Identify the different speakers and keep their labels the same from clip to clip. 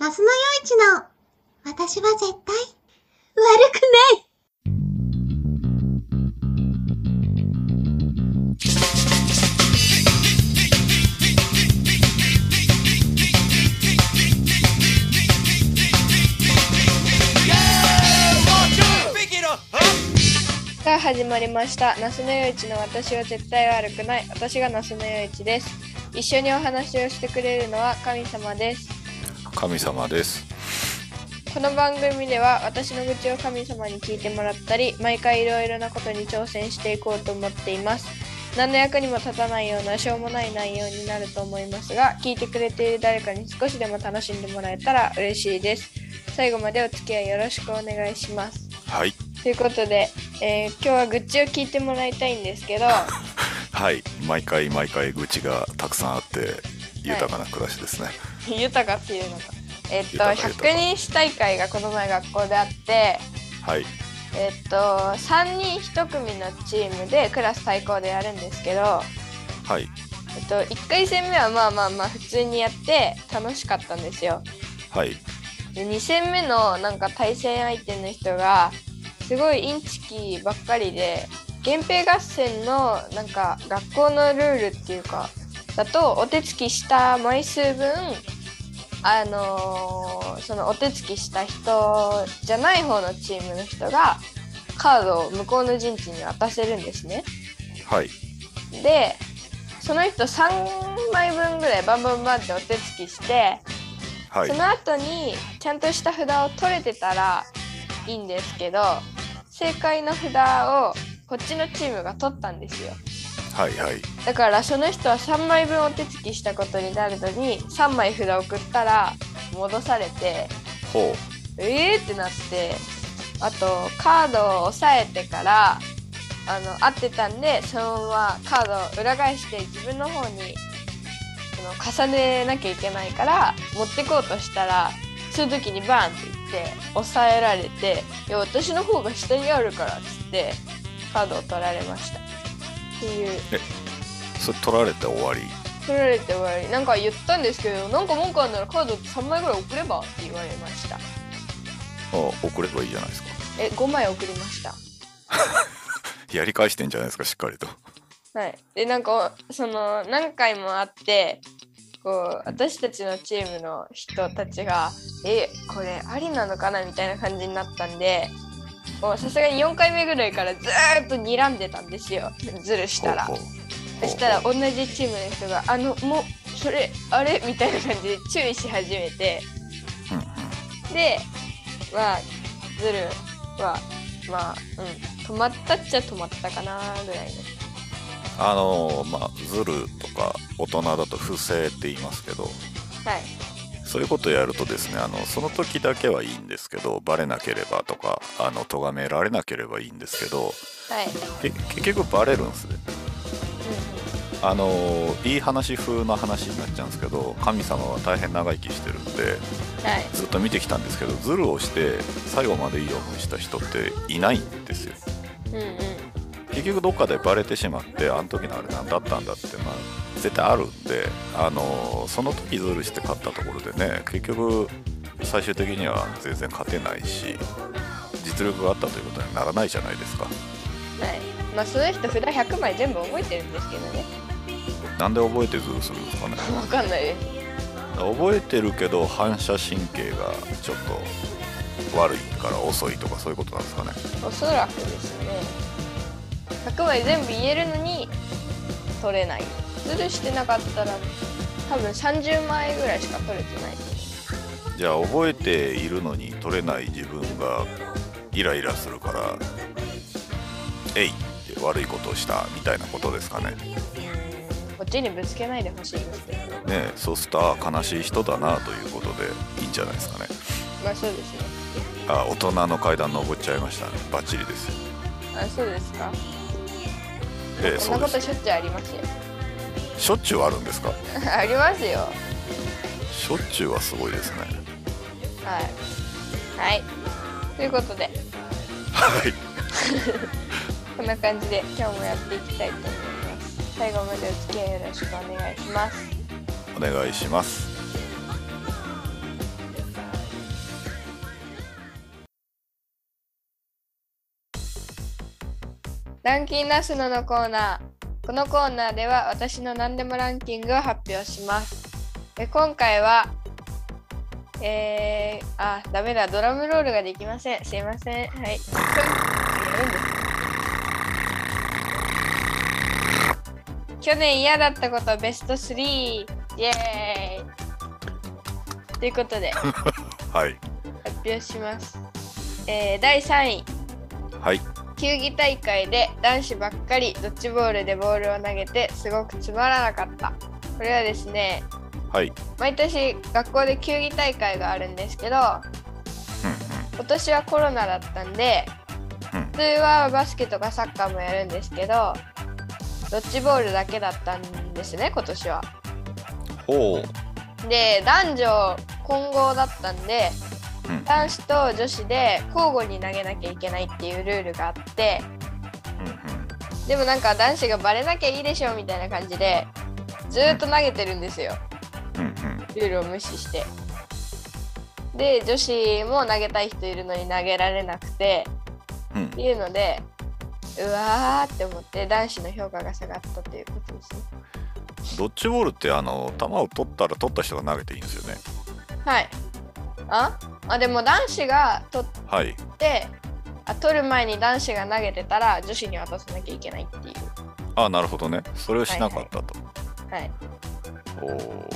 Speaker 1: ラスのよいちの、私は絶対、悪くない
Speaker 2: さあ始まりました那須のよいちの私は絶対悪くない私が那須のよいちです一緒にお話をしてくれるのは神様です
Speaker 3: 神様です
Speaker 2: この番組では私の愚痴を神様に聞いてもらったり毎回いろいろなことに挑戦していこうと思っています何の役にも立たないようなしょうもない内容になると思いますが聞いてくれている誰かに少しでも楽しんでもらえたら嬉しいです最後までお付き合いよろしくお願いします
Speaker 3: はい
Speaker 2: ということで、えー今日は愚痴を聞いてもらいたいんですけど
Speaker 3: はい毎回毎回愚痴がたくさんあって豊かな暮らしですね、
Speaker 2: 豊かっていうのかえっと
Speaker 3: 豊か豊か
Speaker 2: 100人死大会がこの前学校であって
Speaker 3: はい、
Speaker 2: えっと3人1組のチームでクラス対抗でやるんですけど、
Speaker 3: はい
Speaker 2: えっと、1回戦目はまあまあまあ普通にやって楽しかったんですよ
Speaker 3: はい
Speaker 2: で2戦目のなんか対戦相手の人がすごいインチキばっかりで源平合戦のなんか学校のルールっていうかだとお手つきした枚数分あのーそのお手つきした人じゃない方のチームの人がカードを向こうの陣地に渡せるんですね。
Speaker 3: はい
Speaker 2: でその人3枚分ぐらいバンバンバンってお手つきして
Speaker 3: はい
Speaker 2: その後にちゃんとした札を取れてたらいいんですけど正解の札をこっちのチームが取ったんですよ
Speaker 3: はいはい
Speaker 2: だからその人は3枚分お手つきしたことになるのに3枚札を送ったら戻されて
Speaker 3: ほ
Speaker 2: えーってなってあとカードを押さえてからあの合ってたんでそのままカードを裏返して自分の方にその重ねなきゃいけないから持ってこうとしたらそういう時にバーンって言って押さえられて「いや私の方が下にあるから」っつってカードを取られましたっていう
Speaker 3: うそれ取られて終わり
Speaker 2: 取られて終わりなんか言ったんですけどなんか文句あんならカード3枚ぐらい送ればって言われました
Speaker 3: あ送ればいいじゃないですか
Speaker 2: え5枚送りました
Speaker 3: やり返してんじゃないですかしっかりと
Speaker 2: はい、でなんかその何回もあってこう私たちのチームの人たちが「えこれありなのかな?」みたいな感じになったんでもうさすがに4回目ぐらいからずーっと睨んでたんですよズルしたら
Speaker 3: ほうほう
Speaker 2: そしたら同じチームの人が「あのもうそれあれ?」みたいな感じで注意し始めて
Speaker 3: うんうん
Speaker 2: でまあズルはまあうん止まったっちゃ止まったかなぐらいの
Speaker 3: あのーまあズルとか大人だと不正って言いますけど
Speaker 2: はい
Speaker 3: そういうことやるとですねあのその時だけはいいんですけどバレなければとかあの咎められなければいいんですけど
Speaker 2: はい、
Speaker 3: け結局バレるんですね
Speaker 2: うんうん
Speaker 3: あのーいい話風な話になっちゃうんですけど神様は大変長生きしてるんで
Speaker 2: はい、
Speaker 3: ずっと見てきたんですけどズルをして最後までいい思いした人っていないんですよ
Speaker 2: うんうん、
Speaker 3: 結局どっかでバレてしまってあの時のあれ何だったんだってまあ絶対あるんで、あのーその時ズルして勝ったところでね結局最終的には全然勝てないし実力があったということにならないじゃないですか
Speaker 2: はい、まあ、その人札100枚全部覚えてるんですけどね。
Speaker 3: なんで覚えてズルするんですかね
Speaker 2: わかんないです。
Speaker 3: 覚えてるけど反射神経がちょっと悪いから遅いとかそういうことなんですかね
Speaker 2: おそらくですね。100枚全部言えるのに。取れない。ズルしてなかったら。多分30枚ぐらいしか取れてない。
Speaker 3: じゃあ覚えているのに取れない自分がイライラするから「えい!」って悪いことをしたみたいなことですかねね
Speaker 2: こっちにぶつけないでほしいですけどね。
Speaker 3: えそうするとああ悲しい人だなということでいいんじゃないですかね
Speaker 2: まあ、そうですね。
Speaker 3: ああ大人の階段登っちゃいましたねバッチリですよ
Speaker 2: あ、そうですか。
Speaker 3: ええ
Speaker 2: そ
Speaker 3: そ
Speaker 2: ん
Speaker 3: う
Speaker 2: な
Speaker 3: で
Speaker 2: ことし
Speaker 3: す
Speaker 2: ょっちゅうありますよ。
Speaker 3: しょっちゅうあるんですか
Speaker 2: ありますよ。は
Speaker 3: しょっちゅうはすごいですね
Speaker 2: い。はい。ということで。
Speaker 3: はい
Speaker 2: こんな感じで今日もやっていきたいと思います。最後までお付き合いよろしくお願いします。
Speaker 3: お願いします
Speaker 2: ランキンナスノのコーナー。このコーナーでは私の何でもランキングを発表します。え今回は、えー、あ、ダメだ、ドラムロールができません。すいません。はい。去年嫌だったことベスト3。イエーイということで、発
Speaker 3: はい
Speaker 2: 表します。えー、第3位。
Speaker 3: はい
Speaker 2: 球技大会で男子ばっかりドッジボールでボールを投げてすごくつまらなかったこれはですね
Speaker 3: はい
Speaker 2: 毎年学校で球技大会があるんですけど今年はコロナだったんで
Speaker 3: うん
Speaker 2: 普通はバスケとかサッカーもやるんですけどドッジボールだけだったんですね今年は。
Speaker 3: ほ
Speaker 2: で男女混合だったんで
Speaker 3: うん
Speaker 2: 男子と女子で交互に投げなきゃいけないっていうルールがあって。
Speaker 3: うんうん
Speaker 2: でもなんか男子がバレなきゃいいでしょみたいな感じでずーっと投げてるんですよ
Speaker 3: うんうん
Speaker 2: ルールを無視してで女子も投げたい人いるのに投げられなくて
Speaker 3: うん
Speaker 2: っていうのでうわーって思って男子の評価が下がったということですね
Speaker 3: ドッジボールってあの球を取ったら取った人が投げていいんですよね
Speaker 2: はいああでも男子が取っ
Speaker 3: はい
Speaker 2: てあ取る前に男子が投げてたら女子に渡さなきゃいけないっていう
Speaker 3: あなるほどねそれをしなかったと、
Speaker 2: はい
Speaker 3: おー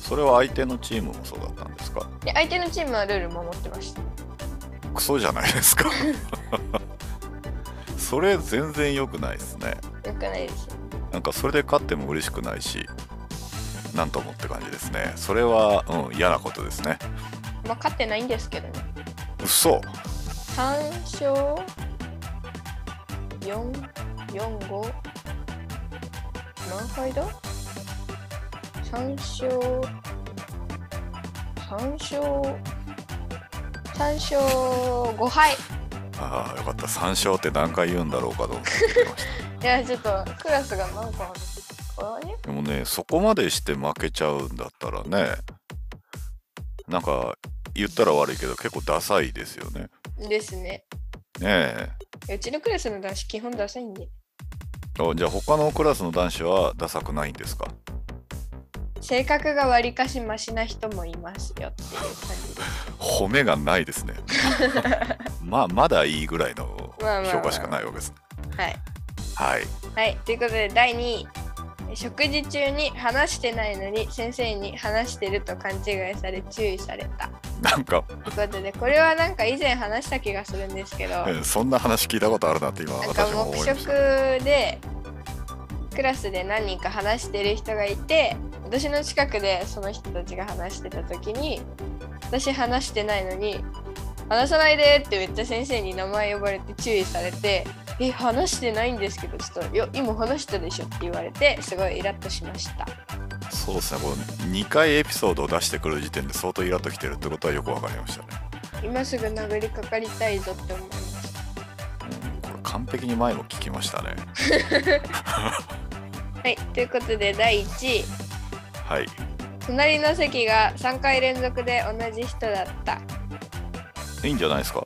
Speaker 3: それは相手のチームもそうだったんですか
Speaker 2: で相手のチームはルール守ってました
Speaker 3: クソじゃないです かそれ全然良くないですね
Speaker 2: よくないですよ
Speaker 3: なんかそれで勝っても嬉しくないしなんともって感じですねそれは、うん、嫌なことですね
Speaker 2: まあ勝ってないんですけどね
Speaker 3: 嘘
Speaker 2: 三勝四四五何敗だ三勝三勝三勝五敗
Speaker 3: ああよかった3勝って何回言うんだろうかと思ってまし
Speaker 2: いやちょっとクラスがなんかあれ
Speaker 3: たでもねそこまでして負けちゃうんだったらねなんか言ったら悪いけど結構ダサいですよね
Speaker 2: ですね
Speaker 3: ねえ
Speaker 2: うちのクラスの男子基本ダサいんで
Speaker 3: あじゃあ他のクラスの男子はダサくないんですか
Speaker 2: 性格がわりかしマシな人もいますよっていう感じで
Speaker 3: 褒めがな いですねまあまだいいぐらいの
Speaker 2: まあまあ
Speaker 3: 評価しかないわけです
Speaker 2: はい
Speaker 3: はい
Speaker 2: はい、ということで第2位えー食事中に話してないのに先生に話してると勘違いされ注意された
Speaker 3: なんか
Speaker 2: ということでこれはなんか以前話した気がするんですけどな
Speaker 3: えそんな話聞いたことあるなって今
Speaker 2: んか
Speaker 3: 私も
Speaker 2: 黙
Speaker 3: 思いまし
Speaker 2: 食
Speaker 3: た
Speaker 2: でクラスで何人か話してる人がいて私の近くでその人たちが話してた時に私話してないのに話さないでってめっちゃ先生に名前呼ばれて注意されて「え話してないんですけどちょっとよ今話したでしょ」って言われてすごいイラッとしました。
Speaker 3: そうですねこの2回エピソードを出してくる時点で相当イラっときてるってことはよく分かりましたね、
Speaker 2: 今すぐ殴りかかりたいぞって思いました
Speaker 3: うん、これ完璧に前も聞きましたね
Speaker 2: はいということで第1位
Speaker 3: はい
Speaker 2: 隣の席が3回連続で同じ人だった
Speaker 3: いいんじゃないですか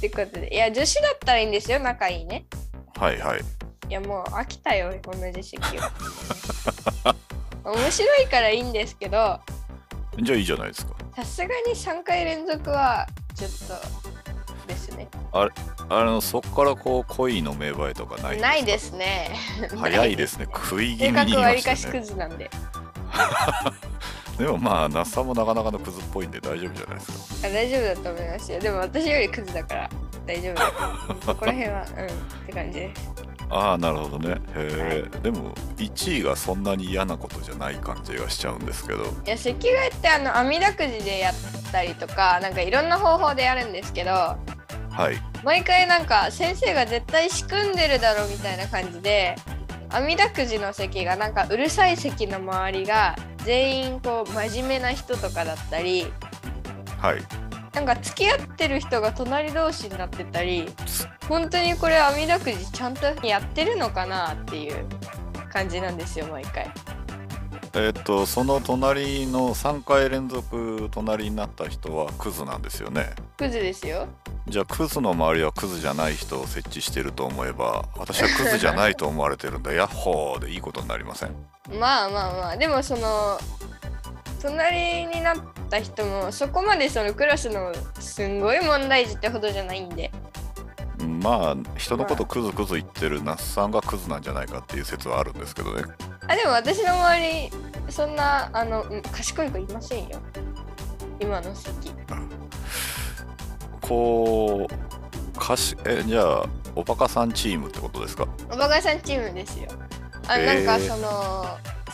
Speaker 2: ということでいや女子だったらいいんですよ仲いいね
Speaker 3: はいはい
Speaker 2: いやもう飽きたよ同じ席 は面白いからいいんですけど
Speaker 3: じゃあいいじゃないですか
Speaker 2: さすがに3回連続はちょっとですね
Speaker 3: あのそこからこう恋の芽生えとかない
Speaker 2: ないですすね
Speaker 3: か早いですね食い気味
Speaker 2: 性
Speaker 3: に言
Speaker 2: 格
Speaker 3: い
Speaker 2: わ
Speaker 3: ま
Speaker 2: りか
Speaker 3: し
Speaker 2: したク
Speaker 3: ね
Speaker 2: ズなんで
Speaker 3: でもまあ那須さんもなかなかのクズっぽいんで大丈夫じゃないですか
Speaker 2: あ大丈夫だと思いますよでも私よりクズだから大丈夫だと 思うそこら辺はうんって感じです
Speaker 3: ああなるほどねへえ、でも1位がそんなに嫌なことじゃない感じがしちゃうんですけ
Speaker 2: い
Speaker 3: ど
Speaker 2: や赤外ってあの網だくじでやったりとかなんかいろんな方法でやるんですけど
Speaker 3: はい
Speaker 2: 毎回なんか先生が絶対仕組んでるだろうみたいな感じで網だくじの席がなんかうるさい席の周りが全員こう真面目な人とかだったり
Speaker 3: はい
Speaker 2: なんか付き合ってる人が隣同士になってたり本当にこれ網だくじちゃんとやってるのかなっていう感じなんですよ毎回
Speaker 3: えっとその隣の3回連続隣になった人はクズなんですよね
Speaker 2: クズですよ
Speaker 3: じゃあクズの周りはクズじゃない人を設置してると思えば私はクズじゃないと思われてるんだヤッホーでいいことになりません
Speaker 2: まあまあまあでもその隣になった人もそこまでそのクラスのすんごい問題児ってほどじゃないんで
Speaker 3: まあ人のことクズクズ言ってる那須さんがクズなんじゃないかっていう説はあるんですけどね
Speaker 2: あでも私の周りそんなあのうん賢い子いませんよ今の席
Speaker 3: こうかしえじゃあおバカさんチームってことですか
Speaker 2: おばかさんチームですよあ
Speaker 3: へ
Speaker 2: な
Speaker 3: え
Speaker 2: んかその、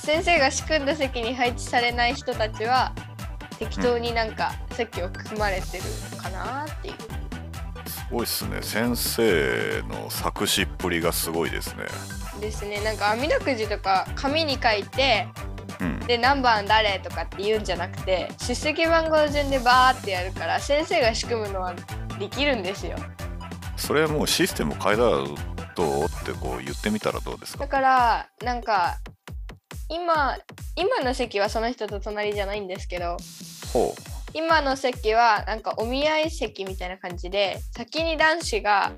Speaker 2: 先生が仕組んだ席に配置されない人たちは適当になんか席を組まれてるかなっていう、
Speaker 3: すごいっすね先生の作詞っぷりがすごいですね
Speaker 2: ですねなんか網だくじとか紙に書いて
Speaker 3: うん
Speaker 2: で何番誰とかって言うんじゃなくて出席番号順でバーってやるから先生が仕組むのはできるんですよ
Speaker 3: それもうシステム変えたらどうってこう言ってみたらどうですか
Speaker 2: だからなんか今今の席はその人と隣じゃないんですけど
Speaker 3: ほ
Speaker 2: 今の席はなんかお見合い席みたいな感じで先に男子が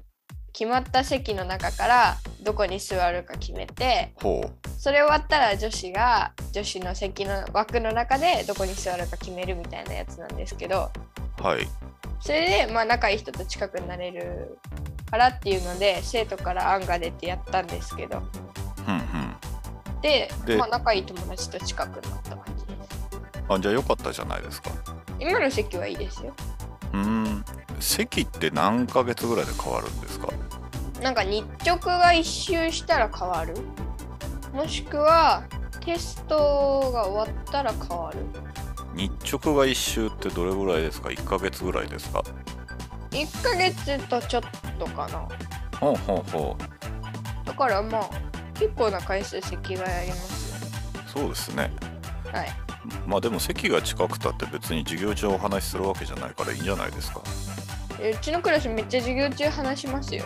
Speaker 2: 決まった席の中からどこに座るか決めて
Speaker 3: うほう
Speaker 2: それ終わったら女子が女子の席の枠の中でどこに座るか決めるみたいなやつなんですけど
Speaker 3: はい
Speaker 2: それでまあ仲いい人と近くなれるからっていうので生徒から案が出てやったんですけど
Speaker 3: うんうん
Speaker 2: で
Speaker 3: で
Speaker 2: まあ、仲いい友達と近くなった感じです
Speaker 3: あじゃあよかったじゃないですか
Speaker 2: 今の席はいいですよ
Speaker 3: うーん席って何ヶ月ぐらいで変わるんですか
Speaker 2: なんか日直が一周したら変わるもしくはテストが終わったら変わる
Speaker 3: 日直が1周ってどれぐらいですか1ヶ月ぐらいですか
Speaker 2: 1ヶ月とちょっとかな
Speaker 3: ほうほうほう
Speaker 2: だからまあ結構な回数席がやりますね
Speaker 3: そうですね
Speaker 2: はい
Speaker 3: まあでも席が近くたって別に授業中お話しするわけじゃないからいいんじゃないですか
Speaker 2: えうちのクラスめっちゃ授業中話しますよ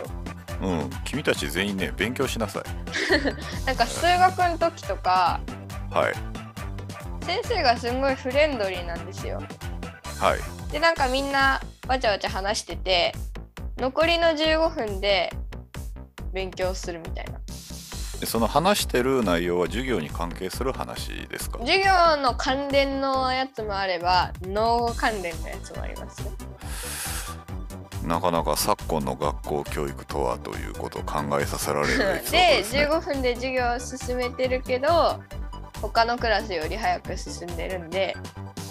Speaker 3: うん君たち全員ね勉強しなさい
Speaker 2: なんか数学の時とか
Speaker 3: はい
Speaker 2: 先生がすんごいフレンドリーなんですよ
Speaker 3: はい
Speaker 2: でなんかみんなわちゃわちゃ話してて残りの15分で勉強するみたいな
Speaker 3: でその話してる内容は授業に関係する話ですか
Speaker 2: 授業の関連のやつもあれば農語関連のやつもあります ね
Speaker 3: なかなか昨今の学校教育とはということを考えさせられるエピソード
Speaker 2: で
Speaker 3: です、ね、
Speaker 2: 15分で授業を進めてるけど他のクラスより早く進んでるんで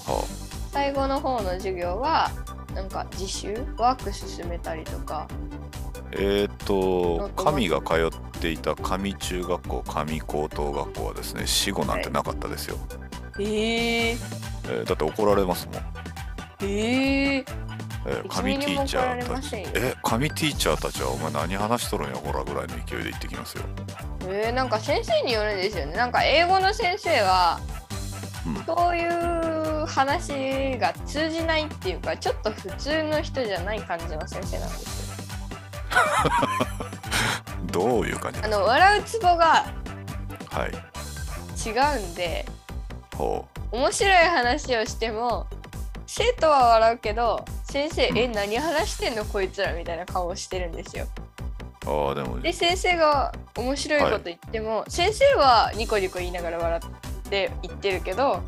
Speaker 3: は
Speaker 2: 最後の方の授業はなんか自習ワーク進めたりとか
Speaker 3: あえっ、と神が通っていた神中学校神高等学校はですね死後なんてなかったですよ、
Speaker 2: えー、
Speaker 3: えーだって怒られますもん、
Speaker 2: えー、
Speaker 3: えー
Speaker 2: 一ミ
Speaker 3: 神テ
Speaker 2: リ
Speaker 3: ィ
Speaker 2: も
Speaker 3: ー
Speaker 2: 怒
Speaker 3: チ
Speaker 2: ら
Speaker 3: ャ
Speaker 2: れ
Speaker 3: ー
Speaker 2: ま
Speaker 3: たち
Speaker 2: せんよ
Speaker 3: え神ティーチャーたちはお前何話しとるんやほらぐらいの勢いで行ってきますよ
Speaker 2: えー、なんか先生によるんですよねなんか英語の先生は、
Speaker 3: うん
Speaker 2: そういう話が通じないっていうかちょっと普通の人じゃない感じの先生なんですよ
Speaker 3: どういう感じで
Speaker 2: あ
Speaker 3: すか
Speaker 2: の笑うツボが
Speaker 3: はい
Speaker 2: 違うんで
Speaker 3: ほ
Speaker 2: 面白い話をしても生徒は笑うけど先生え何話してんのこいつらみたいな顔をしてるんですよ
Speaker 3: うああでも
Speaker 2: で先生が面白いこと言っても、先生はニコニコ言いながら笑って言ってるけど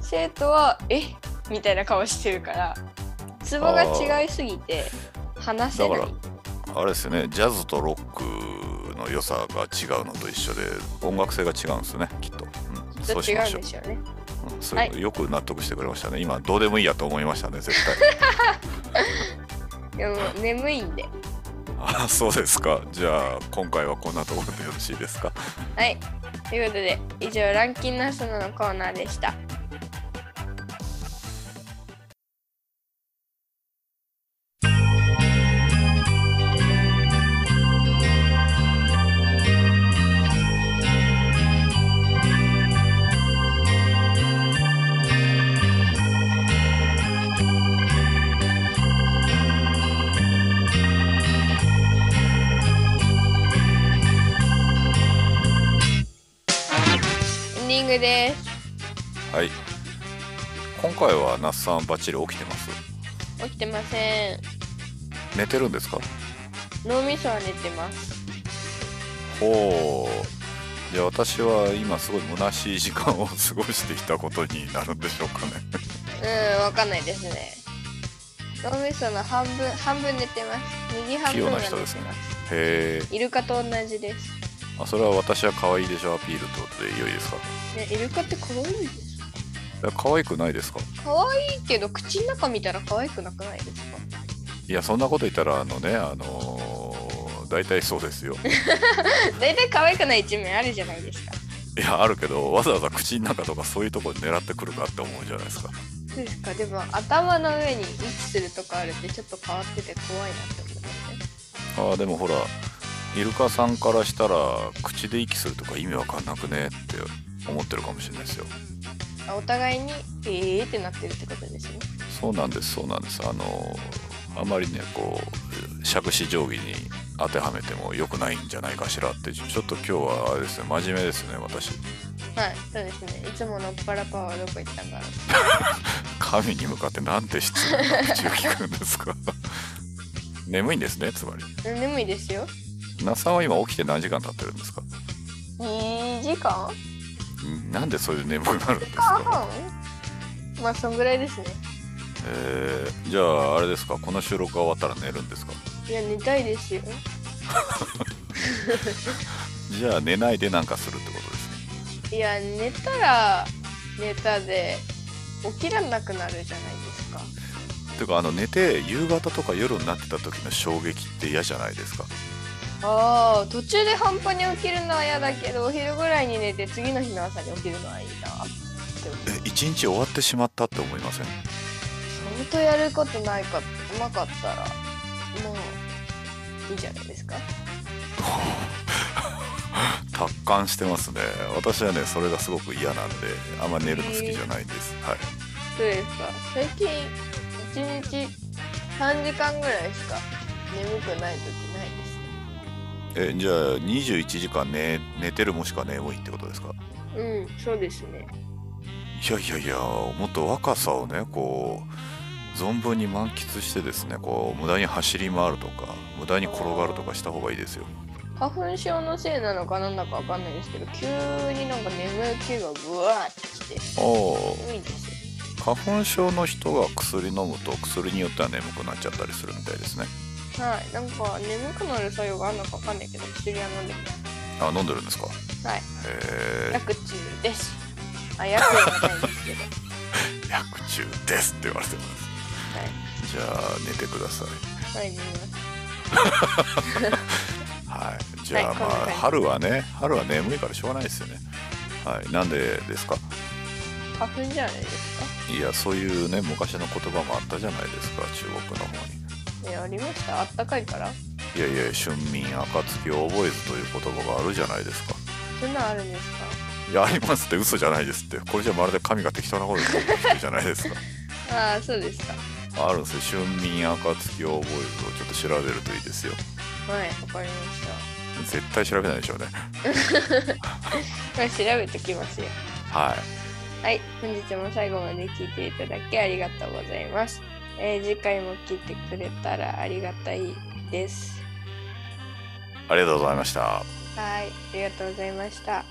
Speaker 2: 生徒は「えみたいな顔してるからツボが違いすぎて話せない
Speaker 3: だかあれですよねジャズとロックの良さが違うのと一緒で音楽性が違うんですねきっと、う
Speaker 2: ち
Speaker 3: ん、
Speaker 2: ょ
Speaker 3: そ
Speaker 2: っ
Speaker 3: う
Speaker 2: と
Speaker 3: し
Speaker 2: 違
Speaker 3: ま
Speaker 2: うん
Speaker 3: しょう
Speaker 2: でしょうね。
Speaker 3: うんそう
Speaker 2: はい
Speaker 3: よく納得してくれましたね今どうでもいいやと思いましたね絶対
Speaker 2: でも眠いんで。
Speaker 3: あそうですかじゃあ今回はこんなところでよろしいですか
Speaker 2: はい。ということで以上「ランキンナスのコーナーでした。エンディングです。
Speaker 3: はい今回は那須さんバッチリ起きてます
Speaker 2: 起きてません
Speaker 3: 寝てるんですか
Speaker 2: 脳みそは寝てます
Speaker 3: ほうじゃあ私は今すごい虚しい時間を過ごしてきたことになるんでしょうかね
Speaker 2: うんわかんないですね脳みその半分半分寝てます右半
Speaker 3: 器
Speaker 2: 分
Speaker 3: 用
Speaker 2: は
Speaker 3: な
Speaker 2: 寝て
Speaker 3: 人
Speaker 2: ま
Speaker 3: です
Speaker 2: す
Speaker 3: ねへえ
Speaker 2: イルカと同じです、
Speaker 3: あそれは私は可愛いでしょアピールってことで良いですか
Speaker 2: ね、イルカって可愛いです
Speaker 3: いや可愛くないですか
Speaker 2: 可愛いけど口の中見たら可愛くなくないですか
Speaker 3: いやそんなこと言ったらあのねあのー大体そうですよ
Speaker 2: 大体可愛くない一面あるじゃないですか
Speaker 3: いやあるけどわざわざ口の中とかそういうところ狙ってくるかって思うじゃないですか
Speaker 2: そうですかでも頭の上に位置するとかあるってちょっと変わってて怖いなって思いますね
Speaker 3: あーでもほらイルカさんからしたら口で息するとか意味わかんなくねって思ってるかもしれないですよ
Speaker 2: あお互いにえーってなってるってことですね
Speaker 3: そうなんですそうなんですあのあまりねこう杓子定規に当てはめても良くないんじゃないかしらってちょっと今日はあれですね真面目ですね私
Speaker 2: はいそうですねいつものパラパはどこ行ったんだろう
Speaker 3: 神に向かってなんて質問な口を聞くんですか眠いんですねつまり
Speaker 2: うん眠いですよ
Speaker 3: 那須さんは今起きて何時間経ってるんですか
Speaker 2: 2時間
Speaker 3: んなんでそういう眠くなるんですか、
Speaker 2: 半まあそんぐらいですね
Speaker 3: えー、じゃああれですかこの収録が終わったら寝るんですか
Speaker 2: いや寝たいですよ
Speaker 3: じゃあ寝ないでなんかするってことですね
Speaker 2: いや寝たら寝たで起きらなくなるじゃないですか
Speaker 3: ていうかあの寝て夕方とか夜になってた時の衝撃って嫌じゃないですか
Speaker 2: ああ途中で半端に起きるのは嫌だけどお昼ぐらいに寝て次の日の朝に起きるのはいいなって思う
Speaker 3: え一日終わってしまったって思いません
Speaker 2: 相当やることないかなかったらもういいじゃないですか
Speaker 3: 達観してますね私はねそれがすごく嫌なんであんま寝るの好きじゃないんです、はい
Speaker 2: そうですか最近1日3時間ぐらいしか眠くない時ないですね
Speaker 3: えじゃあ21時間寝寝てるもしくは眠いってことですか
Speaker 2: うんそうですね
Speaker 3: いやいやいやもっと若さをねこう存分に満喫してですねこう無駄に走り回るとか無駄に転がるとかした方がいいですよ
Speaker 2: 花粉症のせいなのかなんだかわかんないですけど急になんか眠気がブワーってきて
Speaker 3: あ
Speaker 2: 多いんですよ
Speaker 3: 花粉症の人が薬飲むと薬によっては眠くなっちゃったりするみたいですね
Speaker 2: はいなんか眠くなる作用があるのかわかんないけど薬は飲んでます
Speaker 3: あ飲んでるんですか
Speaker 2: はい
Speaker 3: へえ
Speaker 2: 薬中ですあ薬はないですけど
Speaker 3: 薬中ですって言われてますじゃあ寝てください
Speaker 2: はいはい寝ます
Speaker 3: はいじゃあ
Speaker 2: はい
Speaker 3: まあ、
Speaker 2: こんな感じ
Speaker 3: 春はね春は眠いからしょうがないですよねはいなんでですか
Speaker 2: 花粉じゃないですか
Speaker 3: いやそういうね昔の言葉もあったじゃないですか中国の方に
Speaker 2: えありましたあったかいから
Speaker 3: いやいや春眠暁を覚えずという言葉があるじゃないですか
Speaker 2: そんなんあるんですか
Speaker 3: いやありますって嘘じゃないですってこれじゃまるで神が適当なこと言ってるじゃないですか
Speaker 2: ああそうですか
Speaker 3: あるんですよ春眠暁を覚えずをちょっと調べるといいですよ
Speaker 2: はい わかりました
Speaker 3: 絶対調べないでしょうね
Speaker 2: まあ調べときますよ
Speaker 3: はい
Speaker 2: はい本日も最後まで聞いていただきありがとうございます、えー次回も聞いてくれたらありがたいです
Speaker 3: ありがとうございました
Speaker 2: はいありがとうございました